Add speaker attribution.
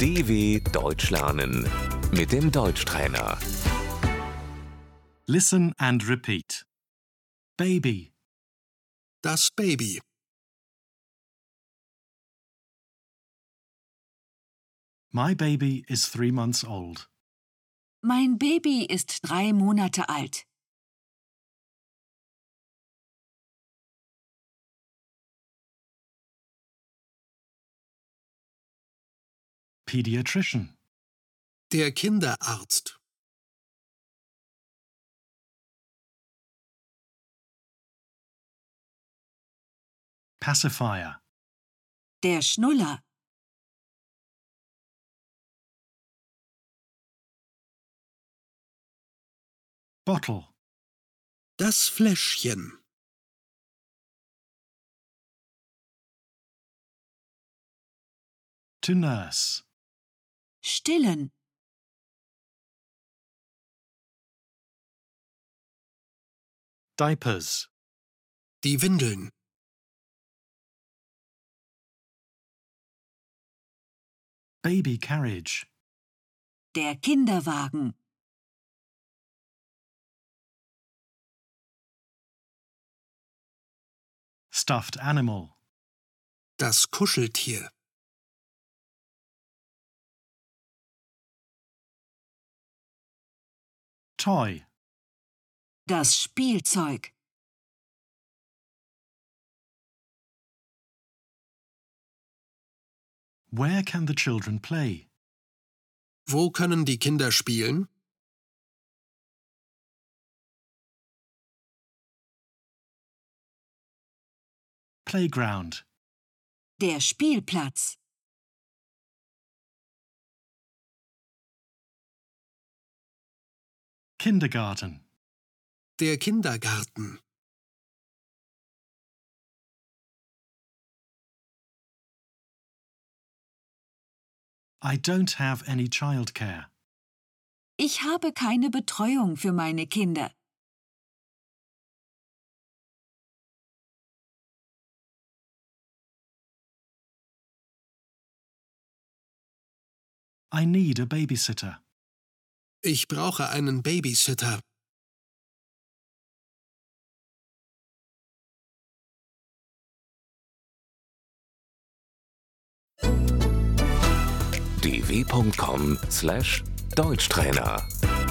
Speaker 1: DW Deutsch lernen mit dem Deutschtrainer.
Speaker 2: Listen and repeat. Baby,
Speaker 3: Das Baby.
Speaker 2: my baby is three months old.
Speaker 4: Mein Baby ist drei Monate alt.
Speaker 2: Pediatrician,
Speaker 3: Der Kinderarzt.
Speaker 2: pacifier,
Speaker 4: Der Schnuller.
Speaker 2: bottle,
Speaker 3: Das Fläschchen.
Speaker 2: to nurse,
Speaker 4: Stillen.
Speaker 2: diapers,
Speaker 3: Die Windeln.
Speaker 2: baby carriage,
Speaker 4: Der Kinderwagen.
Speaker 2: stuffed animal,
Speaker 3: Das Kuscheltier.
Speaker 2: toy,
Speaker 4: Das Spielzeug.
Speaker 2: where can the children play?
Speaker 3: Wo können die Kinder spielen?
Speaker 2: Playground,
Speaker 4: Der Spielplatz.
Speaker 2: kindergarten,
Speaker 3: Der Kindergarten.
Speaker 2: I don't have any childcare.
Speaker 4: Ich habe keine Betreuung für meine Kinder.
Speaker 2: I need a babysitter.
Speaker 3: Ich brauche einen Babysitter.
Speaker 1: dw.com/deutschtrainer